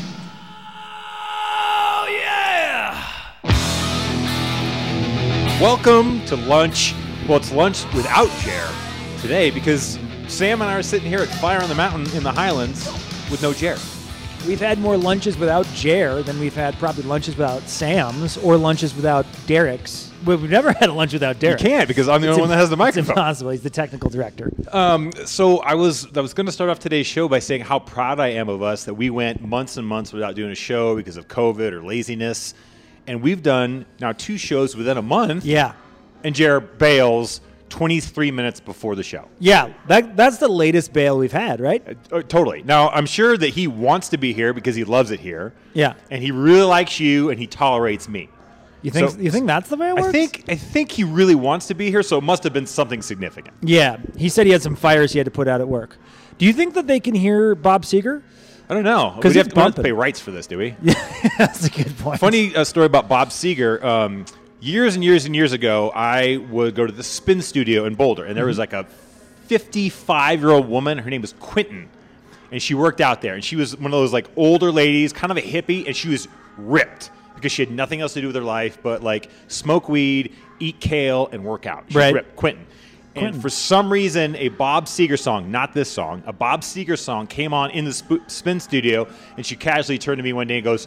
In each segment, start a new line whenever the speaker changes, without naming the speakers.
Oh, Welcome to lunch. Well, it's lunch without Jer today because Sam and I are sitting here at Fire on the Mountain in the Highlands with no Jer.
We've had more lunches without Jer than we've had probably lunches without Sam's or lunches without Derek's. We've never had a lunch without
You
Derek.
can't because I'm the only one that has the
It's
microphone.
impossible. He's the technical director.
Um, so I was I was going to start off today's show by saying how proud I am of us that we went months and months without doing a show because of COVID or laziness, and we've done now two shows within a month.
yeah.
and Jer bails 23 minutes before the show.
Yeah. That, that's the latest bail we've had, right?
Uh, totally. Now, I'm sure that he wants to be here because he loves it here.
Yeah.
And he really likes you and he tolerates me.
You think
So-
you think that's the way it works?
I think I think he really wants to be here, so it must have been something significant.
Yeah. He said he had some fires he had to put out at work. Do you think that they can hear Bob Seeger?
I don't know.
'Cause
we have
he's
to, we don't have to pay
bumping.
rights for this, do we?
that's a good point.
Funny uh, story about Bob Seger. Um, years and years and years ago, I would go to the spin studio in Boulder, and there was like a 55 year old woman. Her name was Quentin, and she worked out there. And she was one of those like older ladies, kind of a hippie, and she was ripped because she had nothing else to do with her life but like smoke weed, eat kale, and work out. She was
Right.
ripped, Quentin. And for some reason, a Bob Seger song, not this song, a Bob Seger song came on in the sp- spin studio, and she casually turned to me one day and goes,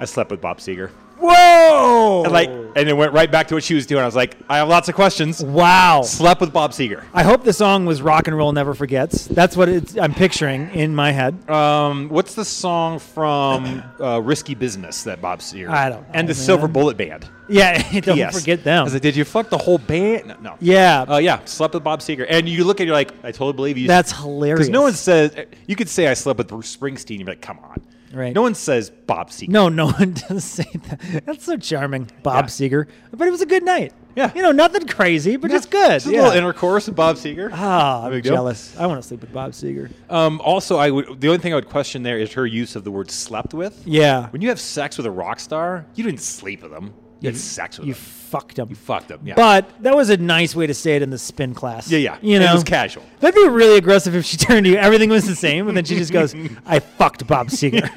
I slept with Bob Seger.
Whoa.
And like, and it went right back to what she was doing. I was like, I have lots of questions.
wow.
Slept with Bob Seger.
I hope the song was Rock and Roll Never Forgets. That's what it's, I'm picturing in my head.
Um, what's the song from uh, Risky Business that Bob Seger?
I don't know,
And the
man.
Silver Bullet Band.
Yeah, don't
Yes.
forget
I
them.
was like, did you fuck the whole band? No. no.
yeah,
Uh, yeah. Slept with Bob Seger. And you look at it, you're like, I totally believe you.
that's hilarious.
because no one says you could say I slept with Bruce Springsteen. You're like, come on.
Right.
No one says Bob Seger.
no, no one does say that. That's so charming, Bob
Yeah.
Seeger. But it was a good night.
Yeah.
you know, nothing crazy, but just good.
Just
yeah.
a little intercourse with Bob Seger.
Ah,
No
I'm
big deal.
jealous. I want to sleep with Bob Seeger.
Um, also, I would the only thing I would question there is her use of the word slept with.
Yeah,
When you have sex with a rock star, you didn't sleep with them. You had sex with
you
them.
fucked him.
Uh, You fucked them. Yeah.
But that was a nice way to say it in the spin class.
Yeah, yeah.
You
And it
know,
was casual.
That'd be really aggressive if she turned to you. Everything was the same, and then she just goes, "I fucked Bob Seeger."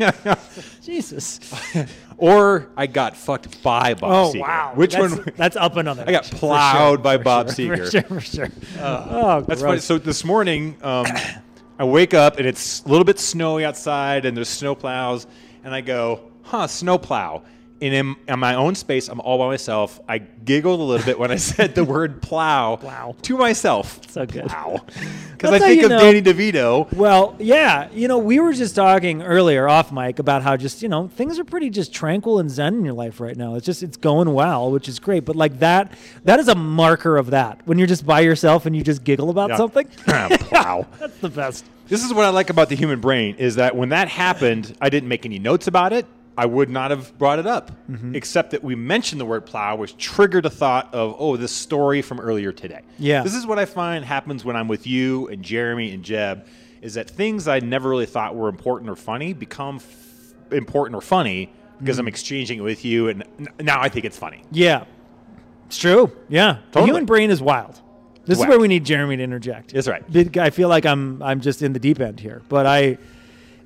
Jesus.
or I got fucked by Bob
Oh
Seger.
wow!
Which
that's,
one?
That's up another.
I got
notch, for
plowed by
for
Bob
sure,
Seger.
For sure, for sure. oh,
That's funny.
gross.
So this morning, um, I wake up and it's a little bit snowy outside, and there's snow plows, and I go, "Huh, snow plow." And in, in my own space, I'm all by myself. I giggled a little bit when I said the word plow,
Plow.
to myself.
So good.
Plow. Because
That's
I
how
think
you
of
know-
Danny DeVito.
Well, yeah, you know, we were just talking earlier off mic about how just, you know, things are pretty just tranquil and zen in your life right now. It's just it's going well, which is great. But like that that is a marker of that. When you're just by yourself and you just giggle about
Yeah.
something.
plow.
That's the best.
This is what I like about the human brain is that when that happened, I didn't make any notes about it. I would not have brought it up, except that we mentioned the word plow, which triggered a thought of, oh, this story from earlier today.
Yeah.
This is what I find happens when I'm with you and Jeremy and Jeb, is that things I never really thought were important or funny become f- important or funny because I'm exchanging it with you, and n- now I think it's funny.
Yeah. It's true. Yeah. The
Totally.
human brain is wild. This
Whack.
is where we need Jeremy to interject.
That's right.
Big- I feel like I'm I'm just in the deep end here, but I i-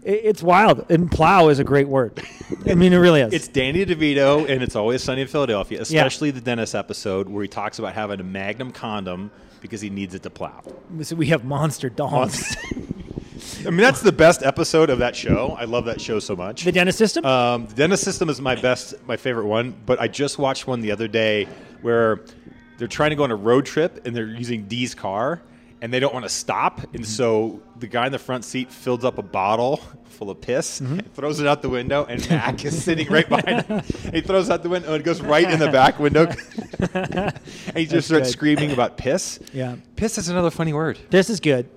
it's wild. And plow is a great word. I mean, it really is.
It's Danny DeVito, and it's always sunny in Philadelphia, especially the Dennis episode where he talks about having a Magnum condom because he needs it to plow.
so we have monster dogs.
I mean, that's the best episode of that show. I love that show so much.
The dentist system?
Um, the Dennis System is my best, my favorite one. But I just watched one the other day where they're trying to go on a road trip and they're using Dee's car and they don't want to stop.
Mm-hmm.
And so the guy in the front seat fills up a bottle full of piss,
Mm-hmm.
throws it out the window, and Mac is sitting right behind him. He throws out the window and it goes right in the back window. and he just starts
good.
screaming about piss.
Yeah.
Piss is another funny word.
this is good.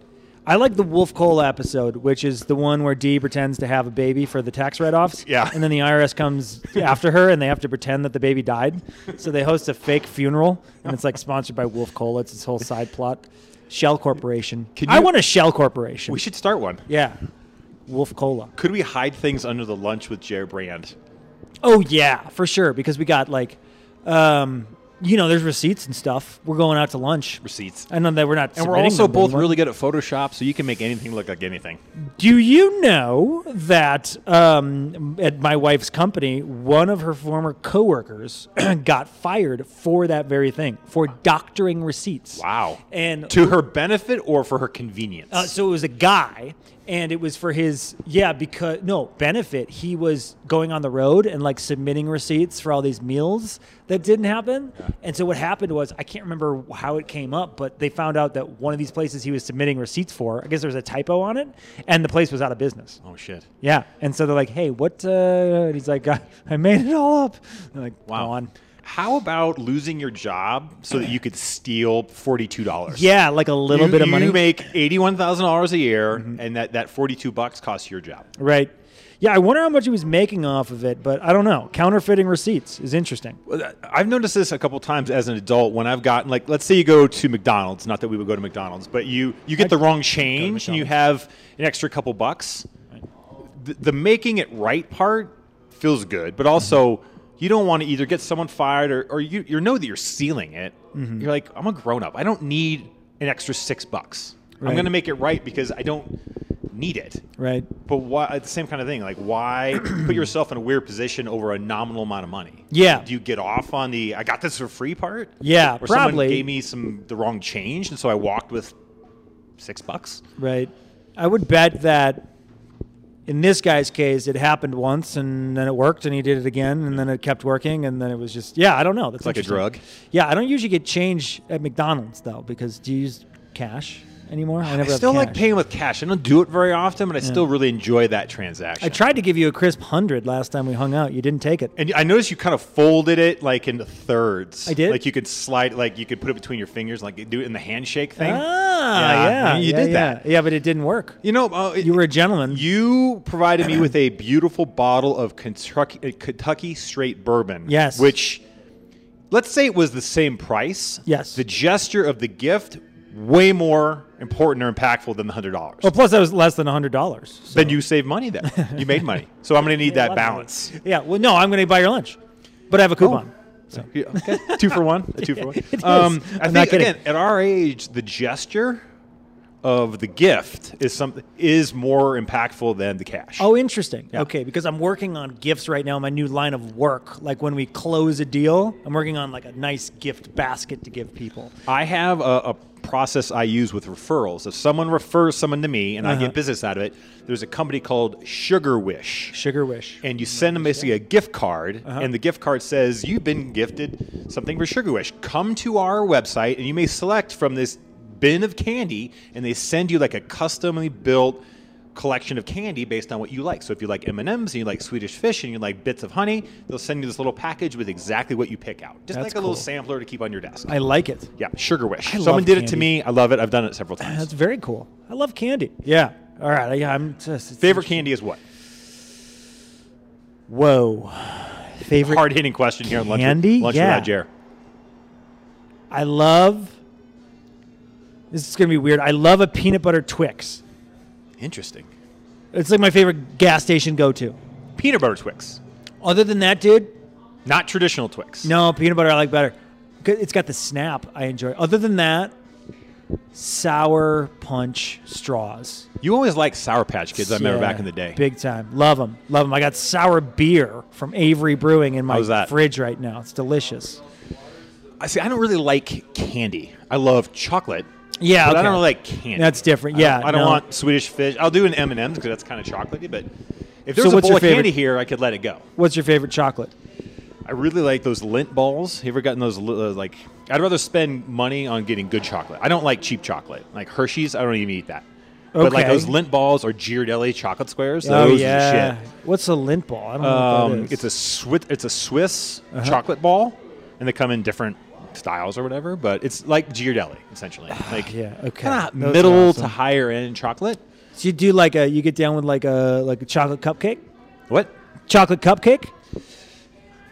I like the Wolf Cole episode, which is the one where Dee pretends to have a baby for the tax write-offs.
Yeah.
And then the IRS comes after her, and they have to pretend that the baby died. So they host a fake funeral, and it's like sponsored by Wolf Cole. It's this whole side plot. Shell Corporation.
Can
I
you-
want a Shell Corporation.
We should start one.
yeah. Wolf Cola.
Could we hide things under the lunch with Jer Brand?
Oh yeah, for sure. Because we got like, um, you know, there's receipts and stuff. We're going out to lunch.
Receipts.
I know that we're not.
And we're
submitting
also
them, but
both
we're-
really good at Photoshop, so you can make anything look like anything.
Do you know that um, at my wife's company, one of her former coworkers got fired for that very thing, for doctoring receipts?
Wow.
And
To her benefit or for her convenience?
Uh, so it was a guy, and it was for his yeah because no benefit. He was going on the road and like submitting receipts for all these meals that didn't happen. And so what happened was I can't remember how it came up, but they found out that one of these places he was submitting receipts for, I guess there was a typo on it, and the place was out of business.
oh shit.
Yeah, and so they're like, "Hey, what?" Uh, and he's like, I, "I made it all up." They're like,
Wow.
"Wow." on.
How about losing your job so that you could steal forty-two dollars?
Yeah, like a little
you,
bit of money. Mm-hmm.
You make eighty-one thousand dollars a year, and that, that forty-two bucks costs your job.
Right. Yeah, I wonder how much he was making off of it, but I don't know. Counterfeiting receipts is interesting.
Well, that- I've noticed this a couple times as an adult when I've gotten like, let's say you go to McDonald's. Not that we would go to McDonald's, but you you get the wrong change and you have an extra couple bucks. The, the making it right part feels good, but also you don't want to either get someone fired or, or you you know that you're sealing it. You're like, I'm a grown up. I don't need an extra six bucks. I'm
Right.
going to make it right because I don't need it.
Right.
But why? It's the same kind of thing. Like, why put yourself in a weird position over a nominal amount of money?
Yeah.
Do you get off on the "I got this for free" part?
Yeah,
Or
probably.
someone gave me some the wrong change, and so I walked with six bucks.
Right. I would bet that in this guy's case, it happened once and then it worked and he did it again and then it kept working and then it was just, yeah, I don't know. That's
like a
interesting.
drug.
Yeah, I don't usually get change at McDonald's though because do you use cash anymore? I never
I
have
still like
cash.
paying with cash. I don't do it very often, but I still really enjoy that transaction.
I tried to give you a crisp hundred last time we hung out. You didn't take it.
and I noticed you kind of folded it like into thirds.
I did?
Like you could slide, like you could put it between your fingers, like do it in the handshake thing.
Ah, yeah,
you
yeah,
did
yeah.
that.
Yeah, but it didn't work.
You know, uh,
You were a gentleman.
You provided me with a beautiful bottle of Kentucky, uh, Kentucky straight bourbon.
Yes.
Which, let's say it was the same price.
Yes.
The gesture of the gift, way more important or impactful than the hundred dollars.
Well, plus that was less than hundred dollars. Oh, So.
Then you save money. Then you made money. So I'm going to need
I
that
love that.
balance.
Yeah. Well, no, I'm going to buy your lunch, but I have a coupon.
Yeah, okay. two for one. A two for one.
is.
Um,
I'm
I think
not kidding.
again, at our age, the gesture of the gift is something is more impactful than the cash.
Oh, interesting. Okay, because I'm working on gifts right now. My new line of work, like when we close a deal, I'm working on like a nice gift basket to give people.
I have a, a process I use with referrals. If someone refers someone to me and I
Uh-huh.
get business out of it, there's a company called Sugar Wish.
Sugar wish.
And you send them basically a gift card,
Uh-huh.
and the gift card says, You've been gifted something for Sugar Wish. Come to our website, and you may select from this bin of candy, and they send you like a customly built collection of candy based on what you like. So if you like M&Ms and you like Swedish fish and you like bits of honey, they'll send you this little package with exactly what you pick out. Just like
That's
a little
cool.
sampler to keep on your desk.
I like it.
Yeah, Sugar Wish.
I
Someone
love
did it
candy.
to me. I love it. I've done it several times.
That's very cool. I love candy. Yeah. All right. Yeah. I'm just it's
Favorite candy is what?
interesting. Whoa. Favorite.
Hard hitting question here on lunch. with-
Candy?
Lunch
Yeah.
without Jer.
I love. This is gonna be weird. I love a peanut butter Twix.
Interesting.
It's like my favorite gas station go-to.
Peanut butter Twix,
Other than that, dude,
not traditional Twix.
No, peanut butter I like better. 'Cause It's got the snap I enjoy. Other than that, sour punch straws.
You always liked Sour Patch Kids. I remember
Yeah,
back in the day.
Big time. Love them. Love them. I got sour beer from Avery Brewing in my
How's that?
fridge right now. It's delicious.
I see. I don't really like candy. I love chocolate.
Yeah,
but I
okay.
don't really like candy.
That's different.
I don't-
Yeah,
I don't,
no.
want Swedish fish. I'll do an M and M's because that's kind of chocolatey. But if there's
So
a
what's
bowl
your
of
favorite-
candy here, I could let it go.
What's your favorite chocolate?
I really like those lint balls. You ever gotten those? li- Uh, like, I'd rather spend money on getting good chocolate. I don't like cheap chocolate. Like Hershey's, I don't even eat that. But like
Okay.
those lint balls or Ghirardelli chocolate squares,
oh
those
yeah.
are the shit.
What's a lint ball? I don't know what
Um,
that is. Uh-huh.
it's a Swiss, it's a Swiss chocolate ball, and they come in different styles or whatever. But it's like Ghirardelli essentially, like
Ah, Yeah, okay.
kinda
Those are
middle
awesome.
to higher end chocolate.
so you do like a you get down with like a like a chocolate cupcake?
What?
Chocolate cupcake?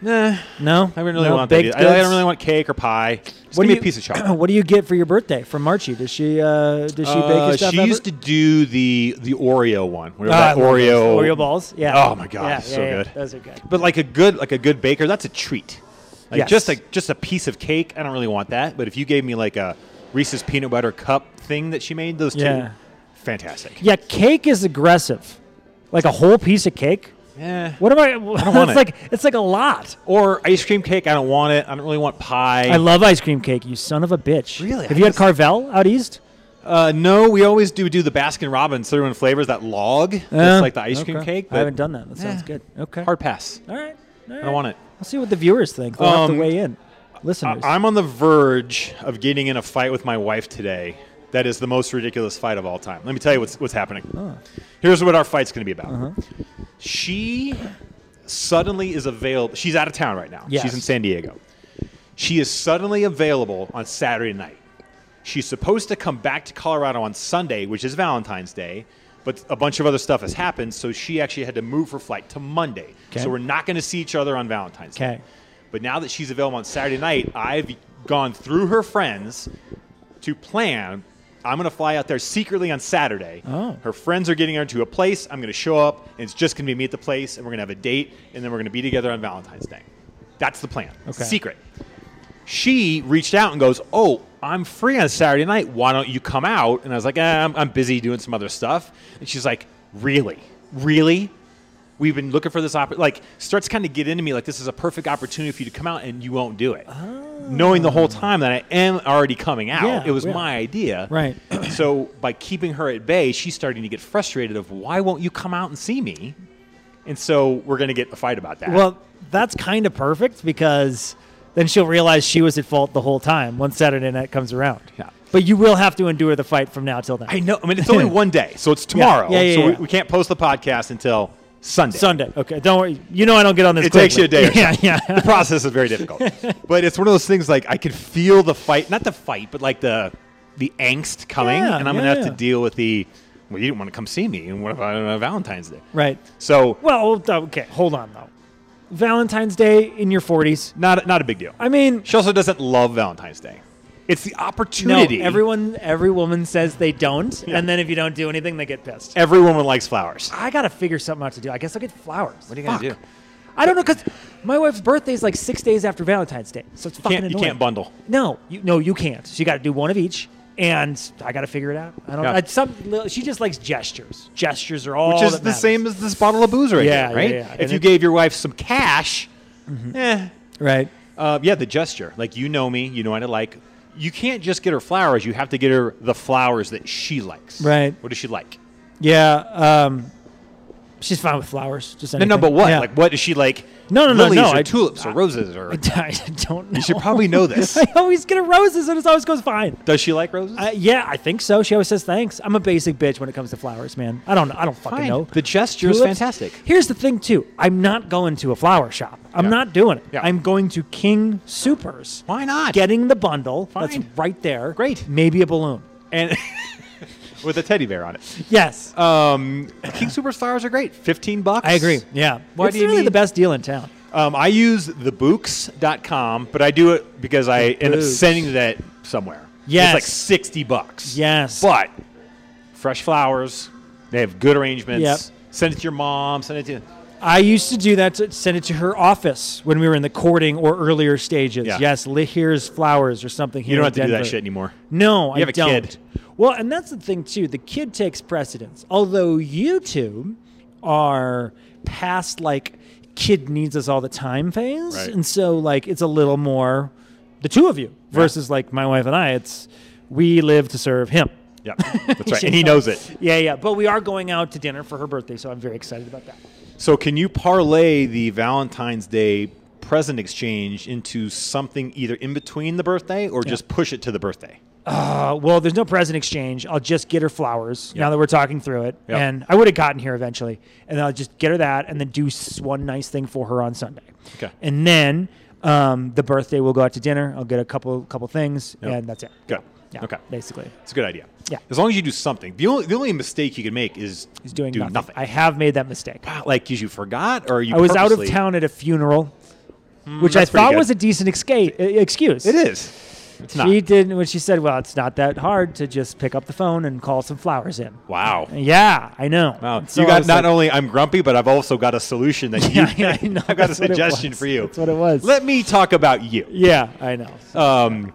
Nah,
No,
I really
no
want that.
baked
either. I, I
goods?
don't really want cake or pie. Just give
What do
me
you-
a piece of chocolate.
What do you get for your birthday from Marchie? Does she uh, does she bake
Uh,
your stuff?
she
ever?
used to do the the Oreo one. where
Ah, I
that
love those.
Oreo
Oreo balls. Yeah.
Oh my God,
yeah,
so
yeah, yeah.
good.
Those are good.
But like a good like a good baker, that's a treat. Like
Yes.
just a just a piece of cake, I don't really want that. But if you gave me like a Reese's peanut butter cup thing that she made, those
Yeah.
two, fantastic.
Yeah, cake is aggressive. Like a whole piece of cake.
Yeah.
What am I?
don't want
it's
it.
like it's like a lot.
Or ice cream cake, I don't want it. I don't really want pie.
I love ice cream cake. You son of a bitch.
Really?
Have
I
you had
just-
Carvel out east?
Uh, no, we always do do the Baskin Robbins cinnamon flavors that log.
Uh,
that's like the ice cream
okay.
cake.
I
But
haven't done that. That sounds
Yeah.
good. Okay.
Hard pass.
All right. All
I don't want it.
I'll see what the viewers think. They'll have to
Um,
weigh in. Listeners.
I- I'm on the verge of getting in a fight with my wife today. That is the most ridiculous fight of all time. Let me tell you what's what's happening. Here's what our fight's going to be about.
Uh-huh.
She suddenly is available. She's out of town right now.
Yes.
She's in San Diego. She is suddenly available on Saturday night. She's supposed to come back to Colorado on Sunday, which is Valentine's Day, but a bunch of other stuff has happened, so she actually had to move her flight to Monday.
Okay.
So we're not going to see each other on Valentine's Day.
okay.
But now that she's available on Saturday night, I've gone through her friends to plan. I'm going to fly out there secretly on Saturday.
Oh.
Her friends are getting her to a place. I'm going to show up, and it's just going to be me at the place, and we're going to have a date, and then we're going to be together on Valentine's Day. That's the plan.
Okay.
Secret. She reached out and goes, Oh, I'm free on Saturday night. Why don't you come out? And I was like, eh, I'm, I'm busy doing some other stuff. And she's like, Really? Really? we've been looking for this opportunity. Like, starts kind of get into me like this is a perfect opportunity for you to come out, and you won't do it, knowing the whole time that I am already coming out.
Ah. Yeah,
it was
yeah.
my idea,
Right.
so by keeping her at bay, she's starting to get frustrated of why won't you come out and see me? And so we're gonna get in a fight about that.
Well, that's kind of perfect because then she'll realize she was at fault the whole time once Saturday night comes around.
Yeah.
But you will have to endure the fight from now till then.
I know. I mean, it's only one day, so it's tomorrow.
Yeah, yeah,
so
yeah.
We, we can't post the podcast until Sunday.
Sunday. Okay. Don't worry. You know I don't get on this.
it takes you a day. Or
quickly. yeah.
so.
Yeah.
The process is very difficult, but it's one of those things. Like I could feel the fight—not the fight, but like the the angst coming,
Yeah,
and I'm
yeah,
gonna have
yeah.
to deal with the. Well, you didn't want to come see me, and what if I don't have Valentine's Day?
right.
So
Well, okay. Hold on though. Valentine's Day in your 40s.
not not a big deal.
I mean,
she also doesn't love Valentine's Day. It's the
no.
opportunity.
Everyone, every woman says they don't, and then if you don't do anything, they get pissed.
every woman likes flowers.
I gotta figure something out to do. I guess I'll get flowers. What
are you gonna do?
I don't know because my wife's birthday is like six days after Valentine's Day, so it's fucking
Can't, you
annoying.
can't bundle.
No, you, no, you can't. So you got to do one of each, and I got to figure it out. I don't.
Yeah.
I, some li- she just likes gestures. Gestures are all
Which is
that
the
matters.
same as this bottle of booze right
Yeah,
here,
yeah,
right?
yeah.
If
And
you
it- Mm-hmm.
gave your wife some cash, eh,
right?
Uh, yeah, the gesture. Like you know me, you know what I like. You can't just get her flowers. You have to get her the flowers that she likes.
Right.
What does she like?
Yeah. Um, she's fine with flowers. Just
No,
anything.
no, but what?
Yeah.
Like, what does she like?
No, no, no,
lilies
no,
Or
I-
tulips or roses or.
I don't know.
you should probably know this.
I always get her roses, and it always goes fine.
does she like roses?
Uh, yeah, I think so. She always says thanks. I'm a basic bitch when it comes to flowers, man. I don't. I don't fucking
Fine.
know.
The gesture is
Tulips.
fantastic.
Here's the thing, too. I'm not going to a flower shop. I'm
Yeah.
not doing it.
Yeah.
I'm going to King Supers.
Why not?
Getting the bundle
Fine.
that's right there.
Great.
Maybe a balloon.
and with a teddy bear on it.
Yes,
Um, King Super flowers are great. Fifteen bucks.
I agree. Yeah,
Why
it's
do you
really the
need-
best deal in town.
Um, I use thebooks.com, but I do it because I end up
Books.
sending that somewhere.
Yes.
It's like 60 bucks.
Yes.
But fresh flowers, they have good arrangements.
Yep.
Send it to your mom, send it to
I used to do that to send it to her office when we were in the courting or earlier stages.
Yeah.
Yes, li- here's flowers or something. Here
You don't
in
have to do that
Denver.
shit anymore.
No, I
have a
don't.
kid.
Well, and that's the thing too. The kid takes precedence. Although you two are past like kid needs us all the time phase,
Right.
and so like it's a little more the two of you versus like my wife and I. It's we live to serve him.
Yep. That's right. and he knows it.
Yeah, yeah. But we are going out to dinner for her birthday, so I'm very excited about that.
So can you parlay the Valentine's Day present exchange into something either in between the birthday or just push it to the birthday?
Uh, well, there's no present exchange. I'll just get her flowers now that we're talking through it,
Yeah.
and I would have gotten here eventually, and I'll just get her that, and then do s- one nice thing for her on Sunday.
Okay.
and then um, the birthday we'll go out to dinner. I'll get a couple couple things,
Yeah.
and that's it.
Good.
Yeah,
Okay.
basically,
It's a good idea.
Yeah.
As long as you do something. The only the only mistake you can make is
he's doing
do
nothing.
nothing.
I have made that mistake.
Wow, like 'cause you forgot or you
I was out of
purposely- Hmm,
town at a funeral, which I
that's pretty
thought
good.
was a decent escape, excuse.
It is. It's
She
not.
didn't. When she said, "Well, it's not that hard to just pick up the phone and call some flowers in."
Wow.
Yeah, I know.
Wow.
So
Oh, you
I
got
was
not
like,
only I'm grumpy, but I've also got a solution that you.
Yeah, I know.
I've got a
That's what it
suggestion
was.
for you.
That's what it was.
Let me talk about you.
Yeah, I know.
Um,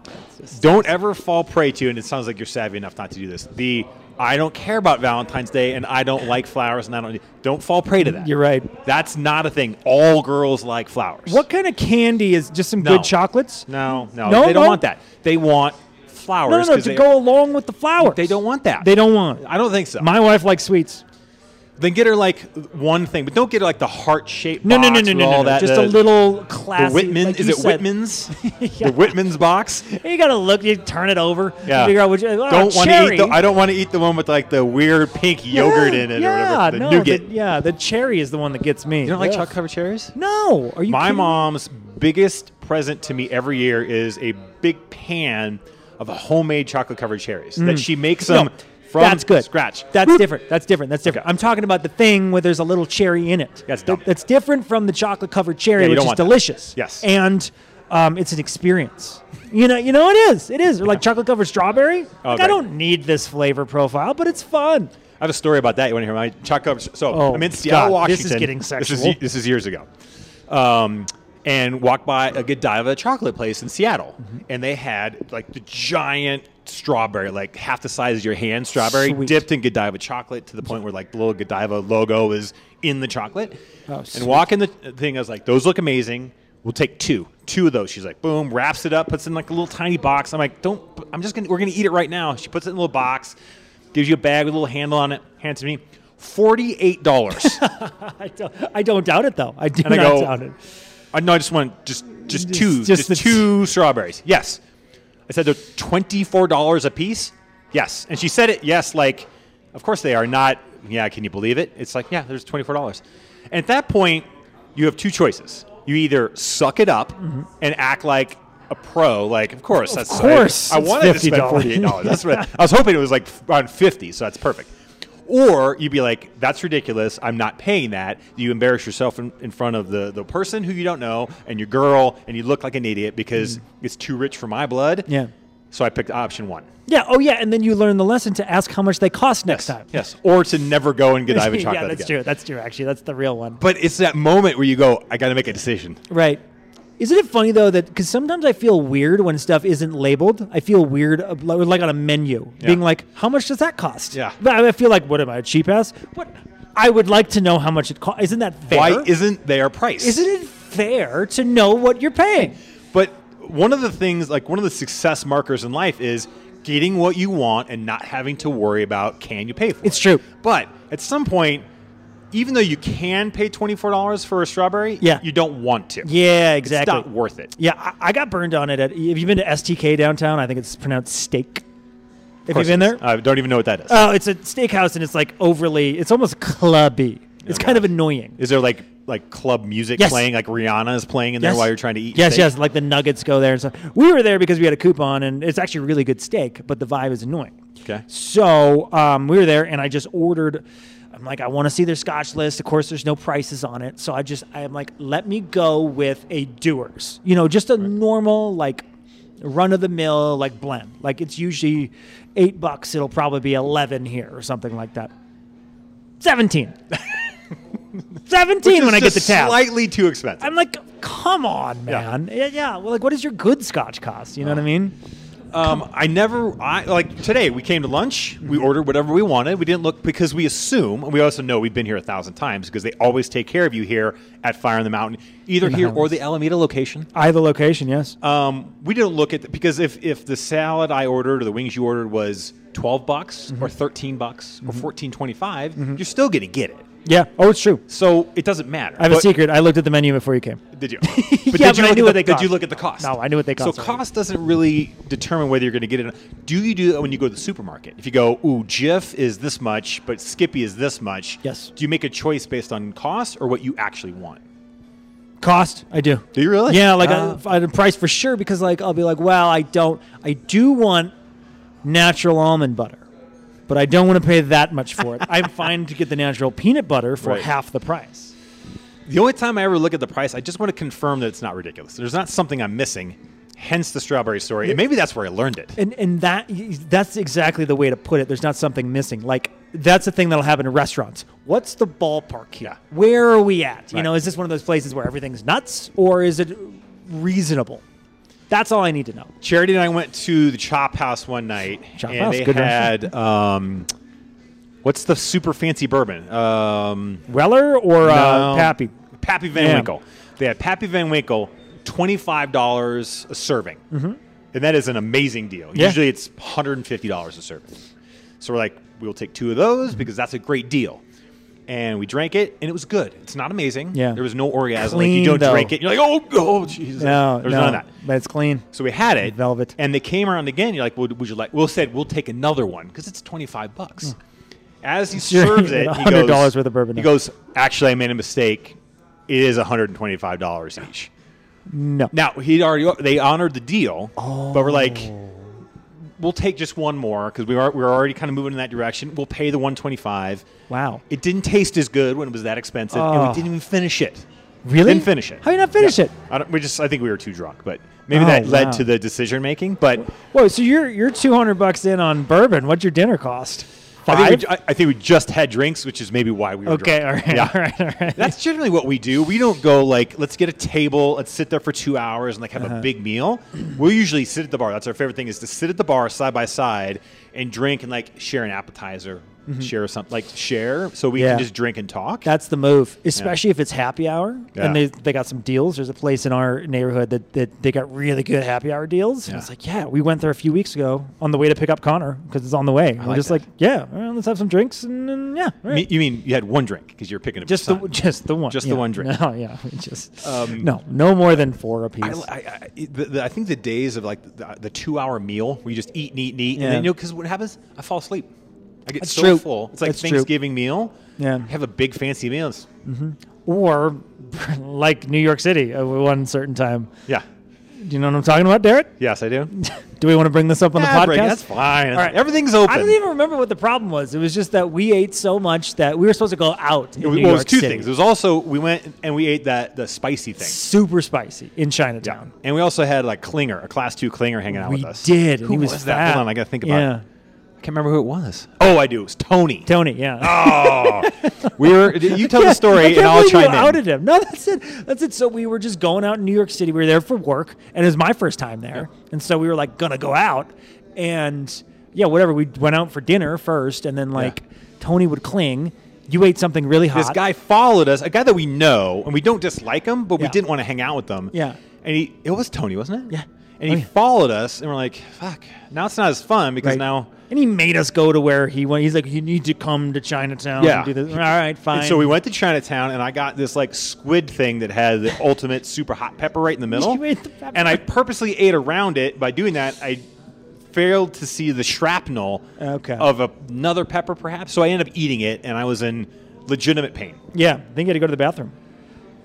don't ever fall prey to, and it sounds like you're savvy enough not to do this. The I don't care about Valentine's Day, and I don't like flowers, and I don't don't fall prey to that.
You're right.
That's not a thing. All girls like flowers.
What kind of candy is just some
No.
good chocolates?
No, no,
No,
they don't
no?
want that. They want flowers.
No, no, no.
'cause
To
they-
go along with the flowers.
They don't want that.
They don't want.
I don't think so.
My wife likes sweets.
then get her like one thing, but don't get her like the heart shaped.
No, no, no, no, no, no.
all
no.
That,
Just
the-
a little
The
classy.
Whitman
like
is
you
it
said.
Whitman's?
Yeah.
The Whitman's box.
You gotta look. You turn it over.
Yeah.
Figure out what you. Oh,
don't want to
cherry.
eat. The, I don't want to eat the one with like the weird pink yogurt
yeah,
in it
yeah,
or whatever. The
no,
nougat.
The, yeah, the cherry is the one that gets me.
you don't like
Ugh.
chocolate covered cherries?
No. Are you?
My
kidding?
mom's biggest present to me every year is a big pan of homemade chocolate covered cherries that she makes
Mm. No,
them from
that's good.
scratch.
That's different. That's different. That's different. I'm talking about the thing where there's a little cherry in it.
That's dumb.
That's different from the chocolate covered cherry,
Yeah, you
which
don't
is
want that.
delicious.
Yes.
And um, it's an experience. You know, you know it is. It is. Or like chocolate covered strawberry.
Oh,
like,
great.
I don't need this flavor profile, but it's fun.
I have a story about that. You want to hear my chocolate? So
Oh,
I'm in Seattle,
God, this
Washington.
is getting
This
sexual.
is, this is years ago. Um, and walked by a Godiva chocolate place in Seattle,
Mm-hmm.
and they had like the giant strawberry, like half the size of your hand strawberry,
Sweet.
dipped in Godiva chocolate to the point where like the little Godiva logo is in the chocolate.
Oh, sweet.
and walking the thing, I was like, "Those look amazing. We'll take two, two of those." She's like, "Boom!" Wraps it up, puts it in like a little tiny box. I'm like, "Don't." I'm just gonna. We're gonna eat it right now. She puts it in a little box, gives you a bag with a little handle on it, hands it to me. Forty-eight dollars.
I don't, I don't doubt it though. I do
And I
not
go,
doubt it.
I no, I just want just just
Just-
two, just,
just the
two strawberries. Yes, I said they're twenty-four dollars a piece. Yes, and she said it. Yes, like of course they are not. Yeah, can you believe it? It's like yeah, there's twenty-four dollars. And at that point, you have two choices. You either suck it up
Mm-hmm.
and act like a pro, like of course that's I-
course
I,
it's
wanted to spend
$50.
forty-eight dollars. Oh, That's what I, I was hoping. It was like f- around fifty, so that's perfect. Or you'd be like, "That's ridiculous. I'm not paying that." You embarrass yourself in, in front of the the person who you don't know and your girl, and you look like an idiot because it's too rich for my blood.
Mm. Yeah.
So I picked option one.
Yeah. Oh yeah. And then you learn the lesson to ask how much they cost next time.
Yes. Or to never go and get Ivan chocolate
yeah, that's
again.
true. That's true. Actually, that's the real one.
But it's that moment where you go, "I got to make a decision."
Right. Isn't it funny though that because sometimes I feel weird when stuff isn't labeled. I feel weird ab- like like on a menu,
Yeah.
being like, "How much does that cost?"
Yeah.
But I I feel like, "What am I a cheap ass?" What I would like to know how much it costs. Isn't that fair?
Why isn't there a price?
Isn't it fair to know what you're paying?
But one of the things, like one of the success markers in life is getting what you want and not having to worry about can you pay for it.
It's true.
But at some point, even though you can pay $24 for a strawberry,
Yeah.
you don't want to.
Yeah,
It's
exactly.
not worth it.
Yeah, I, I got burned on it. At, have you been to STK downtown? I think it's pronounced steak. Have you
Of course
been
it
there?
is. I don't even know what that is.
Oh, it's a steakhouse, and it's like overly. It's almost clubby. It's
Oh,
kind of annoying.
is there like like club music
Yes.
playing, like Rihanna is playing in there
Yes.
while you're trying to eat?
Yes,
steak?
yes, like the nuggets go there and stuff. We were there because we had a coupon, and it's actually really good steak, but the vibe is annoying.
Okay.
So um, we were there, and I just ordered. I'm like, I want to see their Scotch list. Of course, there's no prices on it, so I just I'm like, let me go with a Doers. You know, just a normal like run of the mill like blend. Like it's usually eight bucks. It'll probably be eleven here or something like that. Seventeen.
Which
Seventeen
is
when I get
just
the tab.
Slightly too expensive.
I'm like, come on,
Yeah.
man. Yeah, Oh. yeah. Well, like, what does your good scotch cost? You know what I mean?
Um, I never, I like today. We came to lunch. We
Mm-hmm.
ordered whatever we wanted. We didn't look because we assume, and we also know we've been here a thousand times because they always take care of you here at Fire in the Mountain, either
the
here or
Highlands.
the Alameda location.
Either location, yes.
Um, we didn't look at the, because if if the salad I ordered or the wings you ordered was twelve bucks
Mm-hmm.
or thirteen bucks or fourteen twenty five, you're still gonna get it.
yeah. Oh, it's true.
So it doesn't matter.
I have a
But-
secret. I looked at the menu before you came.
Did you?
Yeah,
did you
but I
look
knew
at
what
the,
they
Did
cost.
you look at the cost?
No, I knew what they cost
So
already.
cost doesn't really determine whether you're going to get it. Do you do that when you go to the supermarket? If you go, ooh, Jif is this much, but Skippy is this much.
Yes.
Do you make a choice based on cost or what you actually want?
Cost, I do. Uh.
Do you really?
Yeah, like
Ah.
I, I, the price for sure because like I'll be like, well, I don't, I do want natural almond butter, but I don't want to pay that much for it. I'm fine to get the natural peanut butter for
Right.
half the price.
The only time I ever look at the price, I just want to confirm that it's not ridiculous. There's not something I'm missing. Hence the strawberry story. And maybe that's where I learned it.
And and that that's exactly the way to put it. There's not something missing. Like that's the thing that'll happen in restaurants. What's the ballpark here?
Yeah.
Where are we at? You
Right.
know, is this one of those places where everything's nuts or is it reasonable? That's all I need to know.
Charity and I went to the Chop House one night,
Chop
and
House,
they
good restaurant.
had um, what's the super fancy bourbon? Um,
Weller or
no,
uh, Pappy?
Pappy Van
Yeah.
Winkle. They had Pappy Van Winkle, twenty five dollars a serving, and that is an amazing deal.
Mm-hmm. Yeah.
Usually it's one hundred and fifty dollars a serving. So we're like, we'll take two of
Mm-hmm.
those because that's a great deal. And we drank it, and it was good. It's not amazing.
Yeah.
There was no orgasm. like
Clean,
you don't
though.
drink it, you're like, oh, oh, Jesus.
No,
There's
no,
none of that.
but it's clean.
So we had it,
Velvet.
and they came around again. You're like, would, would you like? Will said, we'll take another one because it's twenty five bucks. As he
Hmm. Sure,
serves it,
a
he
hundred
goes-
dollars worth of bourbon
He
now.
goes, actually, I made a mistake. It is one hundred and twenty five dollars each.
No.
Now he already they honored the deal, but we're like,
Oh.
we'll take just one more because we are we we're already kind of moving in that direction. We'll pay the one twenty five.
Wow.
It didn't taste as good when it was that expensive, and
Oh.
we didn't even finish it.
Really?
Didn't finish it.
How you not finish
Yeah.
it?
I don't, we just I think we were too drunk, but maybe
Oh,
that led
wow.
to the decision making. But
Whoa, so you're you're 200 bucks in on bourbon. What'd your dinner cost?
I think, we, I, I think we just had drinks, which is maybe why we were
okay, all
drunk.
right, all right, all right.
That's generally what we do. We don't go like, let's get a table, let's sit there for two hours and like have
Uh-huh.
a big meal. We'll usually sit at the bar. That's our favorite thing is to sit at the bar side by side and drink and like share an appetizer, share something like share so we
Mm-hmm. Yeah.
can just drink and talk.
That's the move, especially if it's happy hour
Yeah.
and they, they got some deals. There's a place in our neighborhood that, that they got really good happy hour deals. And
Yeah.
it's like, yeah, we went there a few weeks ago on the way to pick up Connor because it's on the way. We're
like
just
that.
like, yeah, all right, let's have some drinks and, and yeah, all right.
Me- you mean you had one drink because you're picking up
just
your
the
son.
just the one,
Just
Yeah.
the one drink.
No, yeah, we just
Um,
no, no more than four apiece.
I, I, I, the, the, I think the days of like the, the two hour meal where you just eat and eat and eat,
Yeah.
and then you know, because what happens? I fall asleep. I get
That's
so
true.
full. It's like
That's true.
Thanksgiving meal.
Yeah.
Have a big fancy meal. It's-
or like New York City at one certain time.
Yeah.
Do you know what I'm talking about, Derek?
Yes, I do.
Do we want to bring this up on
Yeah,
the
Brady,
podcast?
That's fine.
All right.
Everything's open.
I don't even remember what the problem was. It was just that we ate so much that we were supposed to go out. In
It was,
New
well, it was
York
two
City.
things. It was also we went and we ate that the spicy thing,
super spicy in Chinatown.
and we also had like Klinger, a class two Klinger, hanging out
We
with us.
did. and
Who
he
was,
was,
that?
fat.
Hold on, I gotta think about
yeah.
it. I can't remember who it was. Oh, I do. It was Tony.
Tony, yeah.
Oh, we were. You tell the
I
story,
can't
and I'll
believe you
chime in.
outed him. No, that's it. That's it. So we were just going out in New York City. We were there for work, and it was my first time there. And so we were like gonna go out, and yeah, whatever. We went out for dinner first, and then like Tony would cling. You ate something really hot.
this guy followed us, a guy that we know, and we don't dislike him, but we
Yeah.
didn't want to hang out with him.
Yeah.
And he, it was Tony, wasn't it?
Yeah.
And
Oh,
he
yeah.
followed us, and we're like, fuck, now it's not as fun because
Right.
now.
And he made us go to where he went. He's like, you need to come to Chinatown.
Yeah.
And do this. All right, fine.
And so we went to Chinatown, and I got this like squid thing that had the ultimate super hot pepper right in the middle.
You ate the pepper.
and I purposely ate around it. By doing that, I failed to see the shrapnel
Okay.
of a- another pepper, perhaps. So I ended up eating it, and I was in legitimate pain.
Yeah. I think you had to go to the bathroom.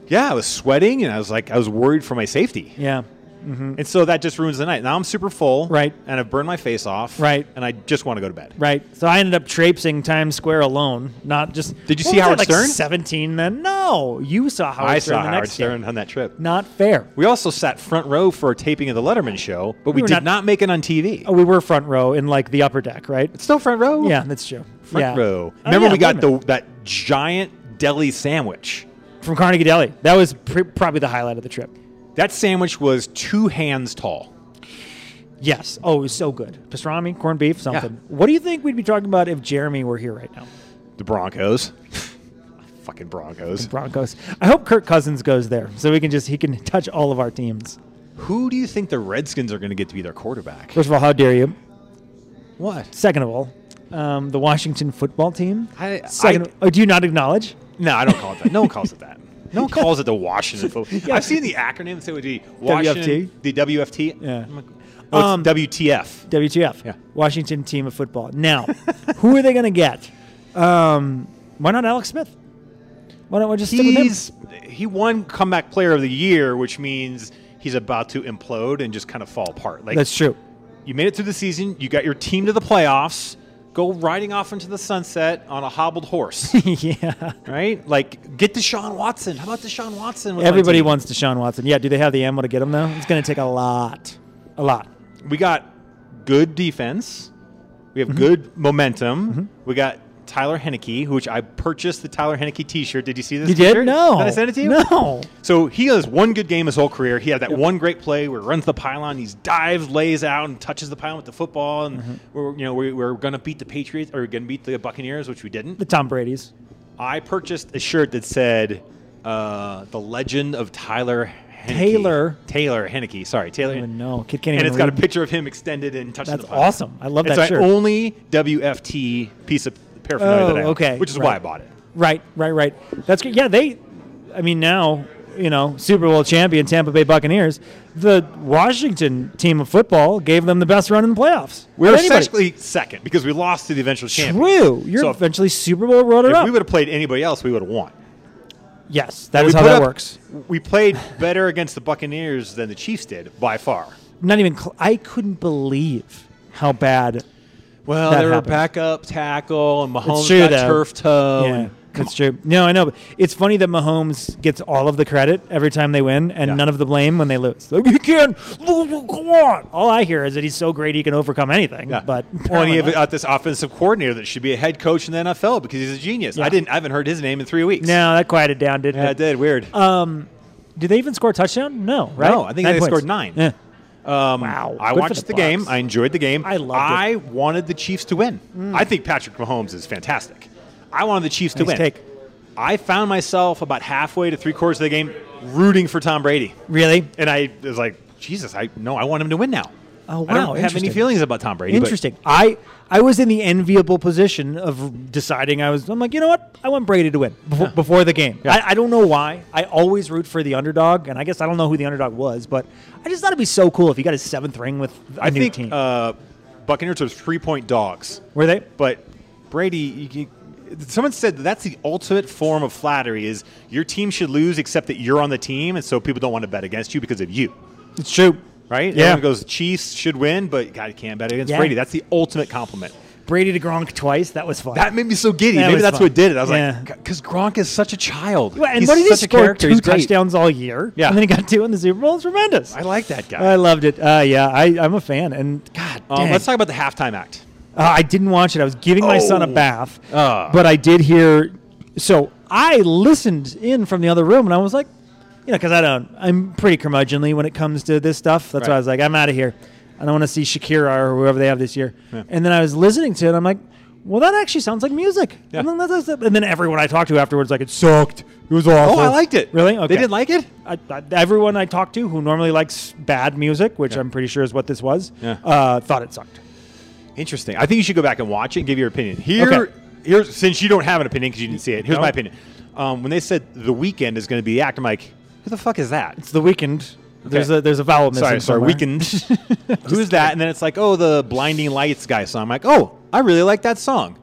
Yeah, I was sweating, and I was like, I was worried for my safety.
Yeah.
And so that just ruins the night. Now I'm super full.
Right.
And I've burned my face off.
Right.
And I just want to go to bed.
Right. So I ended up traipsing Times Square alone, not just.
Did you
What
see
was I,
Howard
like
Stern?
17 then? No. You saw Howard
I
Stern
saw
the
Howard
next
Stern
day.
on that trip.
Not fair.
We also sat front row for a taping of the Letterman show, but we,
We were
did
not-
not, make it on TV.
Oh, we were front row in like the upper deck, right?
It's still front row.
Yeah, that's true.
Front
yeah.
row.
Oh,
Remember
yeah,
we got
wait a
the
minute.
that giant deli sandwich.
From Carnegie Deli. That was pr- probably the highlight of the trip.
That sandwich was two hands tall.
Yes. Oh, it was so good. Pastrami, corned beef, something. What do you think we'd be talking about if Jeremy were here right now?
The Broncos. Fucking Broncos.
Broncos. I hope Kirk Cousins goes there so we can just he can touch all of our teams.
Who do you think the Redskins are going to get to be their quarterback?
First of all, how dare you?
What?
Second of all, um, the Washington football team.
I-
Second, oh, do you not acknowledge?
No, I don't call it that. No one calls it that. No one calls it the Washington football. I've seen the acronym say it would be Washington,
WFT?
the WFT.
Yeah.
I'm like, oh, it's
Um,
WTF.
WTF?
Yeah.
Washington team of football. Now, who are they going to get? Um, why not Alex Smith? Why don't we just stick with him?
He's he won comeback player of the year, which means he's about to implode and just kind of fall apart. Like
That's true.
you made it through the season, you got your team to the playoffs, go riding off into the sunset on a hobbled horse,
yeah.
right? Like get Deshaun Watson. How about Deshaun Watson? with my
Everybody
team?
wants Deshaun Watson. Yeah. Do they have the ammo to get him though? It's going to take a lot. a lot.
we got good defense. We
Mm-hmm.
have good momentum. We got Tyler Henneke, which I purchased the Tyler Henneke T-shirt. Did you see this?
You did?
T-shirt?
No.
Did I send it to you?
No.
So he has one good game his whole career. He had that one great play where he runs the pylon, he's dives, lays out, and touches the pylon with the football, and
Mm-hmm.
we're you know we, we're gonna beat the Patriots or we're gonna beat the Buccaneers, which we didn't.
The Tom Brady's.
I purchased a shirt that said uh, "The Legend of Tyler." Henneke.
Taylor.
Taylor Henneke. Sorry, Taylor.
I don't even know. Kid can't
and
even
it's got a
read.
picture of him extended and touching
That's
the pylon.
awesome. I love
it's
that
my
shirt.
only WFT piece of paraphernalia
Oh,
that I own,
okay.
which is why
Right.
I bought it.
Right, right, right. That's good. Yeah, they. I mean, now you know Super Bowl champion Tampa Bay Buccaneers. The Washington team of football gave them the best run in the playoffs.
We're
Of anybody.
essentially second because we lost to the eventual champion.
true. You're
So if-
eventually Super Bowl runner
If
up.
we would have played anybody else, we would have won.
yes, that
We
is how
put
that
up-
works.
We played better against the Buccaneers than the Chiefs did by far.
Not even. Cl- I couldn't believe how bad.
Well,
That
they were
happened.
backup tackle and Mahomes
true,
got
though.
turf toe.
yeah,
and-
that's true. No, I know. But it's funny that Mahomes gets all of the credit every time they win, and
Yeah.
none of the blame when they lose. Like, you can't lose. Come on. All I hear is that he's so great he can overcome anything.
Yeah. well,
But
and
apparently
you
not.
have got this offensive coordinator that should be a head coach in the NFL because he's a genius.
Yeah.
I didn't, I haven't heard his name in three weeks.
No, Uh, that quieted down, didn't
yeah, I
it?
did. Weird.
Did they even score a touchdown? No, right?
No, I think they
points.
scored nine.
Yeah.
Um,
Wow.
I
Good for
watched
the
the, game.
Bucks.
I enjoyed the game.
I loved it. Mm.
I wanted the Chiefs to win. I think Patrick Mahomes is fantastic. I wanted the Chiefs to win.
Nice take.
I found myself about halfway to three quarters of the game rooting for Tom Brady,
Really?
and I was like, "Jesus, I no, I want him to win now."
Oh,
I
wow,
don't have any
interesting.
feelings about Tom Brady. but-
Interesting. I I was in the enviable position of deciding I was. I'm like, you know what? I want Brady to win before, before the game.
Yeah.
I, I don't know why. I always root for the underdog, and I guess I don't know who the underdog was, but I just thought it'd be so cool if he got his seventh ring with a
I
new
think
team.
uh, Buccaneers are three-point dogs,
Were they?
but Brady. You, you, Someone said that that's the ultimate form of flattery is your team should lose except that you're on the team and so people don't want to bet against you because of you.
It's true.
right?
Yeah.
Everyone goes, Chiefs should win, but God, you can't bet against
Yeah.
Brady. That's the ultimate compliment.
Brady to Gronk twice. That was fun.
That made me so giddy.
That
Maybe
was
that's
fun.
what did it. I was
Yeah.
like, because Gronk is such a child.
Well, and
He's
what did he
such a
score?
character.
Two
He's great.
touchdowns all year.
Yeah.
And then he got two in the Super Bowl. It's tremendous.
I like that guy.
I loved it. Uh, yeah, I, I'm a fan. And God,
um,
dang.
let's talk about the halftime act.
Uh, I didn't watch it. I was giving my son a
Oh.
bath,
Ah.
but I did hear. So I listened in from the other room, and I was like, you know, because I don't. I'm pretty curmudgeonly when it comes to this stuff. That's why
Right.
I was like, I'm out of here. I don't want to see Shakira or whoever they have this year. And then I was listening to it. and I'm like, well, that actually sounds like music.
Yeah.
And, then that's- that's- and then everyone I talked to afterwards like, it sucked. It was awful.
Oh, I liked it.
Really? Okay.
They didn't like it?
I, I, everyone I talked to who normally likes bad music, which I'm pretty sure is what this was,
Yeah.
uh, thought it sucked.
Interesting. I think you should go back and watch it and give your opinion. Here,
Okay.
here's since you don't have an opinion because you didn't see it, here's
No.
my opinion. Um, when they said the weekend is going to be the act, I'm like, who the fuck is that?
It's the weekend. There's
Okay.
a there's a vowel missing.
sorry, sorry,
somewhere.
weakened. Who's that? And then it's like, oh, the Blinding Lights guy song. I'm like, oh, I really like that song.